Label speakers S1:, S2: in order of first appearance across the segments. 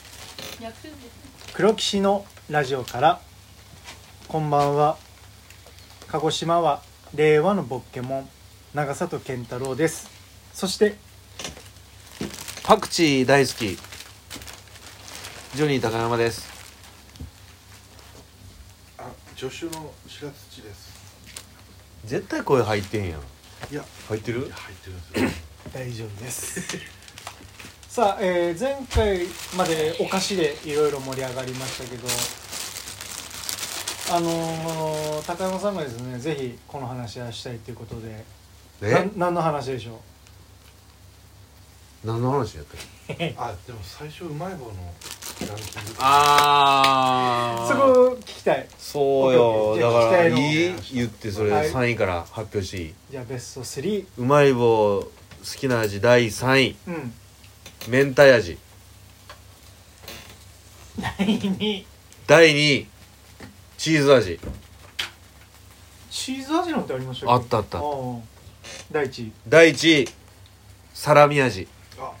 S1: 逆転ですね
S2: 黒騎士のラジオからこんばんは鹿児島は令和のボッケモン長里健太郎ですそして
S3: パクチー大好きジョニー高山です
S4: あ、助手の白土です。
S3: 絶対声入ってへんやん
S4: いや、
S3: 入ってる
S4: 入ってるんですよ。
S2: 大丈夫です さあ、えー前回までお菓子でいろいろ盛り上がりましたけどあのー高山さんがですねぜひこの話はしたいということでな
S3: え
S2: 何の話でしょ
S3: 何の話やったっけ
S4: あ、でも最初うまい棒のランキング。
S3: あ
S2: うそこ聞きたい
S3: そう
S2: オッ
S3: よ
S2: ケー
S3: だ
S2: オ
S3: か
S2: ッケ
S3: ら
S2: ーじゃあ期
S3: い
S4: 待
S3: い
S4: の
S3: 言ってそれ
S2: はい
S3: 3位から発表していい
S2: じゃあベスト3
S3: うまい棒好きな味第3位
S2: うん
S3: 明太味
S2: 第2位
S3: 第2位チーズ味
S2: チーズ味なんてありました
S3: あ
S2: け
S3: ったあった
S2: ああ第一位
S3: 第1位サラミ味
S4: あ、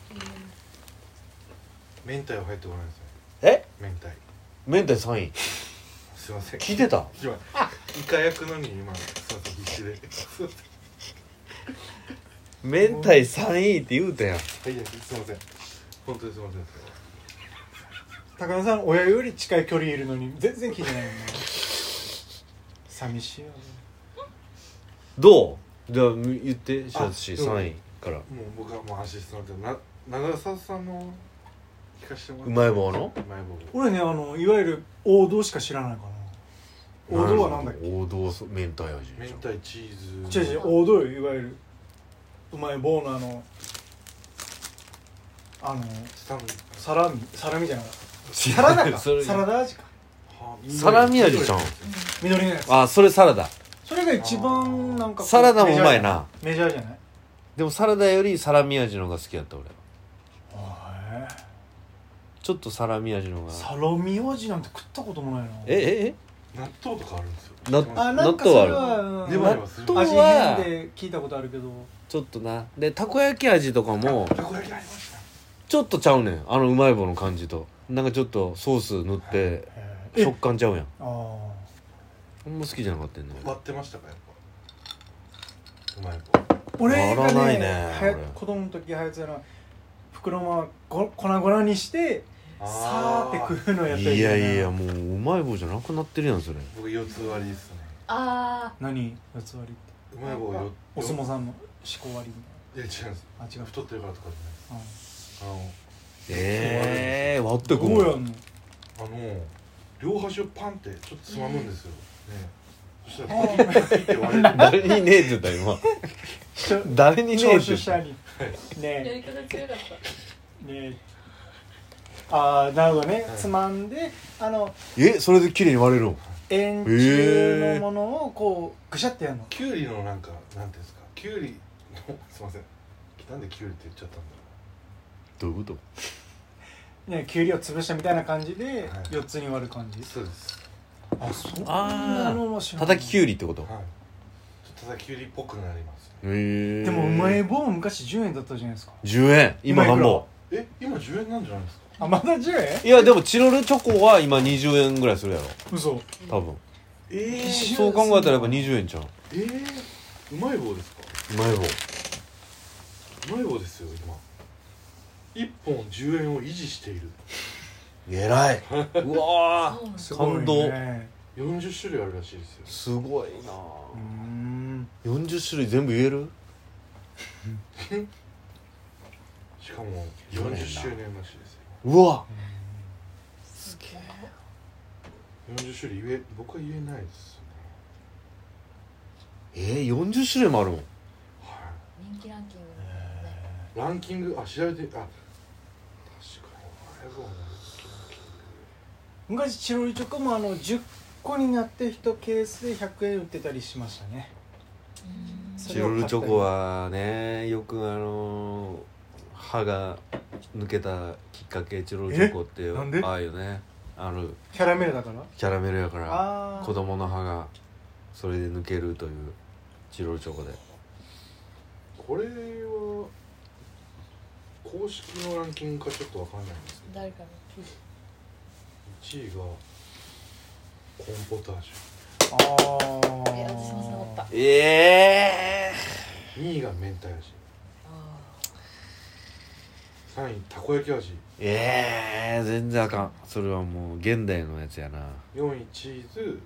S4: 明太は入ってこないですね。
S3: え
S4: 明太。
S3: 明太3位
S4: すいません。
S3: 聞いてた
S4: 今、イカ焼くのに今、すいません、必死で。すいま
S3: 明太3位って言うたやん
S4: せん。はい、すいません。本当にすいません。
S2: 高田さん親より近い距離いるのに全然聞いてないよね寂しいよね
S3: どうじゃあ言ってシャツシ
S4: あうん
S3: 3位から
S4: もう僕はもうアシスタントな、長澤さんの聞かせてもらっ
S3: う
S4: て
S3: まい棒の
S4: うまい棒。
S2: 俺ねあのいわゆる王道しか知らないかな王道はなんだっけ
S3: 王道そ明太味
S4: 明太チーズ。
S2: 違う違う王道よいわゆるうまい棒のあのあの
S4: スタン
S2: サラミサラミじゃなかった
S3: 知
S2: サ
S3: ら
S2: ラ
S3: な
S2: ダ
S3: い
S2: か
S3: それ
S2: サラダ味か
S4: はあ
S3: サラミ味じゃん
S2: 緑のやつ
S3: あそれサラダ
S2: それが一番なんかこう
S3: サラダもうまいな
S2: メジャーじゃない
S3: でもサラダよりサラミ味の方が好きやった俺
S2: へえ
S3: ちょっとサラミ味の方
S2: サ
S3: が
S2: ラミ味なんて食ったこともないな
S3: ええ
S4: 納豆とかあるんですよ。
S3: 納
S2: あ
S3: 豆
S2: なんかそれ
S3: 納豆
S2: は
S3: え
S4: で
S2: うん
S4: も
S3: 納豆
S2: 味変
S3: は
S2: で聞いたことあるけど
S3: ちょっとなでたこ焼き味とかも
S4: たこ焼きありました。
S3: ちょっとちゃうねんあのうまい棒の感じとなんかちょっとソース塗って
S2: え
S3: 食感ちゃうやん
S2: ああ
S3: あんま好きじゃなかったんね
S4: 割ってましたかやっぱ。うまい棒。
S2: 俺が
S3: 割らな
S2: ね
S3: いね
S2: はや
S3: 俺
S2: 子供の時流行ってたのは袋まご粉々にしてさーって
S4: く。
S2: 食うのやったり
S3: いやいやもううまい棒じゃなくなってるやんそれ
S4: 僕四つ割りですね。
S1: あ
S2: 何四つ割りって
S4: うまい棒よ。
S2: お相撲
S4: よ。
S2: さんの四股割りみ
S4: いや違うんです。
S2: たいなあ違う
S4: 太ってるからとかじゃないです。
S3: ええ割って
S2: うん
S3: こ
S2: どうやんの
S4: あのあの両端をパンってちょっとつまむんですよ。ね。そした
S2: あ
S4: ら
S2: ー
S4: パキパキって割れる。
S3: 誰にねえって言った今
S2: ちょ
S3: 誰にねえ
S2: 聴
S3: って言
S2: 取
S3: っ
S2: した
S3: た
S2: り
S1: あや
S2: ね
S1: り方強かっ
S2: えねえああなるほどね
S4: はい
S2: つまんであの
S3: えそれで綺麗に割れるの
S2: 円柱のものをこうぐしゃってやるの
S4: きゅうりのなんかなんていうんですか。きゅうりのすいません。なんできゅうりって言っちゃったんだろう。
S3: どういうこと
S2: ねきゅうりを潰したみたいな感じで
S4: はい
S2: 4つに割る感じ
S4: そうです。
S2: あそん
S3: あー
S2: の
S3: たたききゅ
S2: う
S3: うりってこと
S4: はい。ちょっとただきゅうりっぽくなりますね。
S3: へえ
S2: でもうまい棒昔10円だったじゃないですか
S3: 10円今何
S2: うまい
S3: ぼ
S4: え今10円なんじゃないですか
S2: あまだ10円
S3: いやでもチロルチョコは今20円ぐらいするやろ
S2: 嘘
S3: 多分
S4: え
S2: ー
S3: そう考えたらやっぱ20円ちゃう
S4: えー、うまい棒ですか
S3: うまい棒
S4: うまい棒ですよ今1本10円を維持している
S3: 偉 いう
S1: た
S3: わ
S1: そうなんです
S2: すごい
S3: 感動
S2: ね
S4: 40種類あるらしいですよ
S3: ーすごいな
S2: うーん
S3: 40種類全部言える
S4: しかも
S3: そうなんだ
S4: 40周年らしいですよ
S3: うわ
S4: 40種類言え僕は言えないですね
S3: えー、40種類もあるもん
S4: は
S1: 人気ランキング
S4: いランキングあ調べてあ確かにうまい棒のランキン
S2: 昔チロルチョコもあの10個になって1ケースで100円売ってたりしましたね
S3: チロルチョコはねよくあのー歯が抜けたきっかけチロルチョコって
S2: えなんで
S3: ああいうねある
S2: キャラメルだから
S3: キャラメルやから
S2: あ
S3: 子供の歯がそれで抜けるというチロルチョコで
S4: グこれは公式のランキングかちょっとわかんないんですけど
S1: 誰かの
S4: 1位がコーンポタージ
S2: ああ
S1: え私もそう思った
S3: ええ
S4: ュ2位が明太味3位たこ焼き味
S3: ええ全然あかんそれはもう現代のやつやな
S4: 4位チーズ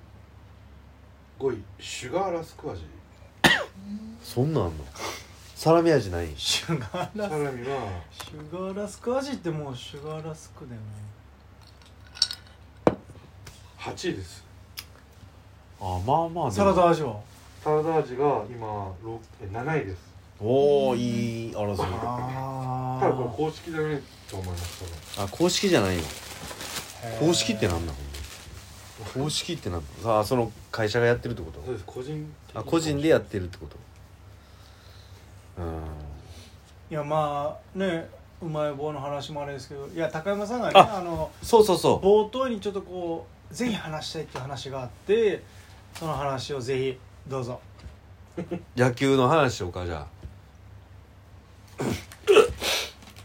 S4: 5位シュガーラスク味
S3: そんなんあんのサラミ味ない
S2: シュガー
S4: サ
S2: ラス
S4: ラミは
S2: シュガーラスク味ってもうシュガーラスクだよね
S4: 8位です
S3: あまあまあ
S2: サラダ味は
S4: サラダ味が今ろくえ7位です
S3: おおいい争い
S2: あ
S4: ただこれ公式じゃないと思います
S3: あ公式じゃないよ
S2: へー
S3: 公式ってなんだほんま公式ってなんださあその会社がやってるってこ
S4: 多分そう
S3: と
S4: です個人的
S3: あ個人でやってるってことうん
S2: いやまあねうまい棒の話もあれですけどいや高山さんがね
S3: あ
S2: あの
S3: そうそうそう
S2: 冒頭にちょっとこうぜひ話したいっていう話があってその話をぜひどうぞ
S3: 野球の話しようかじゃ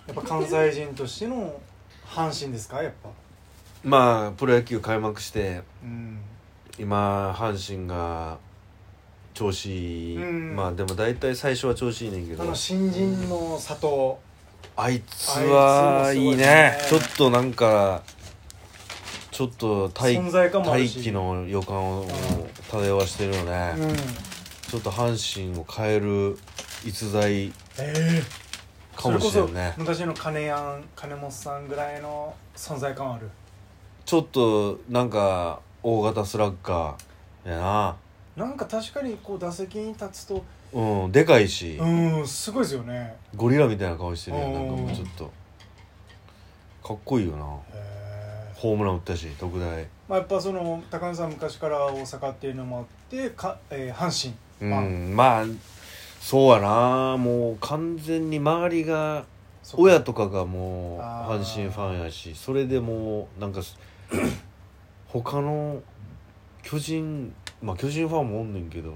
S2: やっぱ関西人としての阪神ですかやっぱ
S3: あまあプロ野球開幕して
S2: うん
S3: 今阪神が調子いい、
S2: うん
S3: まあでも大体最初は調子いいねんけ
S2: あ
S3: ど
S2: の新人の佐藤
S3: あいつはいいね
S2: あいつ
S3: ちょ
S2: もすごいね
S3: っとなんかちょっと大
S2: 存在感もある
S3: 大
S2: し
S3: 気の予感を漂わしてるよね、
S2: うん
S3: ちょっと阪神を変える逸材
S2: ええ
S3: かもしれんね
S2: それこそ昔の金やん金本さんぐらいの存在感ある
S3: ちょっとなんか大型スラッガーやな
S2: なんか確かにこう打席に立つと
S3: うんでかいし、
S2: うんすごいですよね
S3: ゴリラみたいな顔してるよ
S2: うん
S3: なんかもうちょっとかっこいいよな
S2: へえ
S3: ホームラン打ったし特大
S2: まあ、やっぱその高野さん昔から大阪っていうのもあってか、えー阪
S3: う
S2: 神、まあ
S3: んまあそうやなもう完全に周りが
S2: そっか
S3: 親とかがもう
S2: あ
S3: 阪
S2: ー
S3: 神ファンやしそれでもうなんか す他の巨人まあ巨人ファンもおんねんけど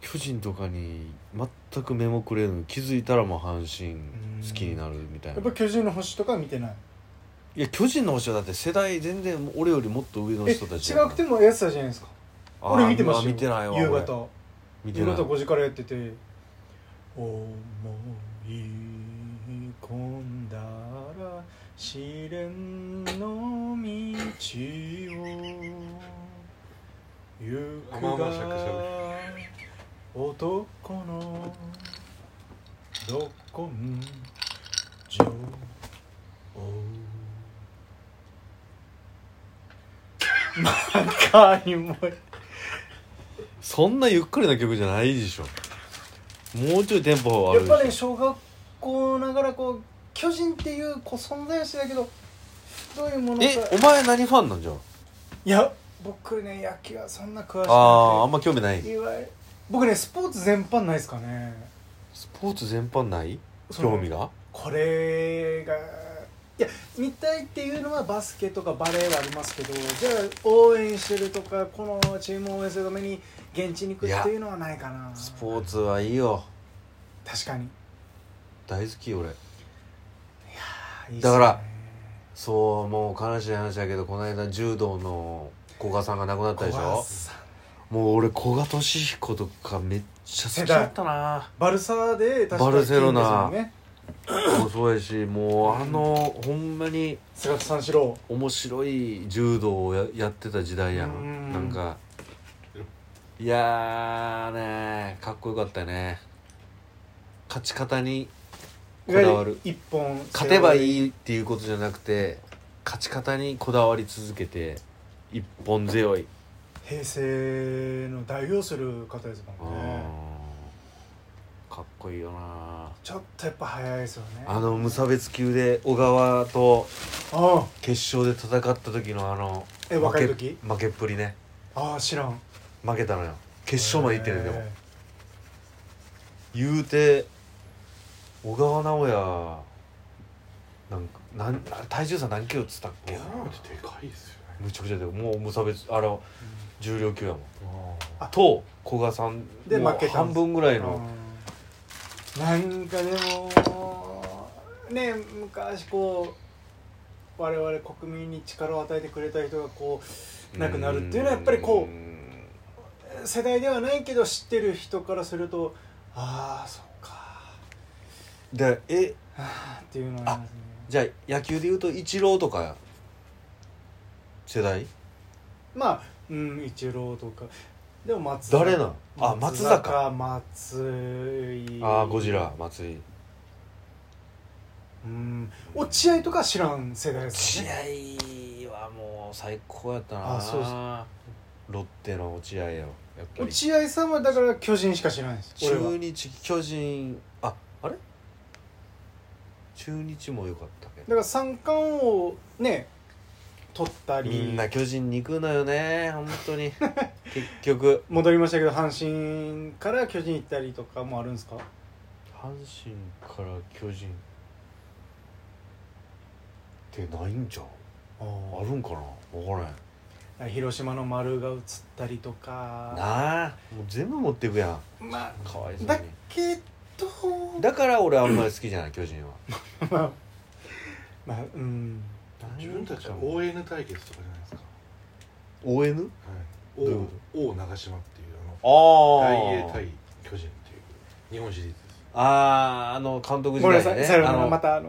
S3: 巨人とかに全く目もくれぬ気づいたらもう阪神好きになるみたい
S2: や
S3: な
S2: っぱ巨人の星とかは見てない
S3: いや巨人の星はだって世代全然もう俺よりもっと上の
S2: え違
S3: 人たちやから
S2: くてもやってたじゃないですか
S3: あー
S2: 俺見てましたよ
S3: あ見てないわ
S2: 夕
S3: 俺
S2: 方
S3: 見て
S2: 夕
S3: な
S2: 方
S3: い
S2: 5時からやってて「思い込んだら試練の道を」行く
S4: まあまあしゃくしゃ
S2: が男のどこん 情中にも
S3: そんなゆっくりな曲じゃないでしょもうちょいテンポあ
S2: やっ
S3: る
S2: ぱり
S3: でしょ
S2: 小学校ながらこう巨人っていうこう存在はしてたけどどういうものか
S3: えお前何ファンなんじゃ
S2: いや僕ね野球はそんな詳しく
S3: あああん
S2: な
S3: ま興味ない
S2: くていわゆる僕ねスポーツ全般ないですかね
S3: スポーツ全般ない
S2: その
S3: 興味が
S2: これがいや見たいっていうのはバスケとかバレーはありますけどじゃあ応援してるとかこのチームを応援するために現地に行くっていうのはないかな
S3: スポーツはいいよ
S2: 確かに
S3: 大好きよ俺
S2: あいいっすね
S3: だからそうもう悲しい話だけどこの間柔道の古賀さんが亡くなったでし
S2: 小川
S3: ょ
S2: さん
S3: もう俺古賀俊彦とかめっちゃ好きだったな
S2: バルサで確か
S3: バルセロ
S2: 金
S3: ナ
S2: ですよね
S3: もうそうやしもうあのほんまに
S2: 菅田三四郎
S3: 面白い柔道をややってた時代や
S2: うんん
S3: なんかいやーねかっこよかったね勝ち方にこだわる
S2: 一本
S3: 勝てば
S2: い
S3: いいっていうことじゃなくて勝ち方にこだわり続けて一本強い、
S2: 平成の代表する方です
S3: う
S2: も
S3: ん
S2: んね
S3: かっこいいよな
S2: ちょっとやっぱ早いですよね
S3: あの無差別級で小川と
S2: あ
S3: 決勝で戦った時のあの
S2: え若い時
S3: 負け負けっぷりね
S2: ああ知らん
S3: 負けたのよ決勝まで行ってるでも
S2: へ
S3: 言うて小川直也なんかなん体重差何キロっつったっ
S4: い
S3: け
S4: や
S3: な
S4: なんてでかいですよね
S3: むちゃくちゃでもう無差別あの重量級やもん
S2: あ
S4: あ
S3: と古賀さん
S2: で
S3: もう
S2: 負けたんです
S3: 半分ぐら
S2: え
S3: いの
S2: うんなんかでもね昔こう我々国民に力を与えてくれた人がこう亡くなるっていうのはやっぱりこ
S3: う
S2: う世代ではないけど知ってる人からするとああそっか
S3: でえ
S2: あーっていうのはありますね
S3: じゃあ野球でいうとイチローとか世代
S2: まあうん一郎とかでも松
S3: 誰なんあ松坂
S2: 松井
S3: ああゴジラ松井
S2: うん落合とか知らん世代です
S3: 試
S2: ね
S3: 合はもう最高やったな
S2: あそうっ
S3: ロッテの落合ややっぱり
S2: 落合さんはだから巨人しか知らないです俺は
S3: 中日巨人ああれ中日も良かったけ
S2: だから三冠王をね取った
S3: どみん
S2: り
S3: な巨人に行くのよね本 当に結局
S2: 戻りましたけど阪神から巨人行ったりとかもあるんですか
S3: 阪神から巨人ってないんじゃんあるんかな分からへん
S2: 広島の丸が移ったりとか
S3: なあもう全部持っていくやん
S2: まあ
S3: かわいそう
S2: だ
S3: に
S2: けど
S3: だから俺あんまり好きじゃない巨人は
S2: まあまあうん
S4: 自分たちは ON 対決とかじゃないですか
S3: ON? どういうこ
S4: 王王長島っていうあ
S3: ああ
S4: の大英対巨人っていう日本シリーズです
S3: あああの監督時
S2: ごめんな
S3: 代
S2: さい
S3: ね
S2: さような
S3: あ
S2: ら
S3: の
S2: またあの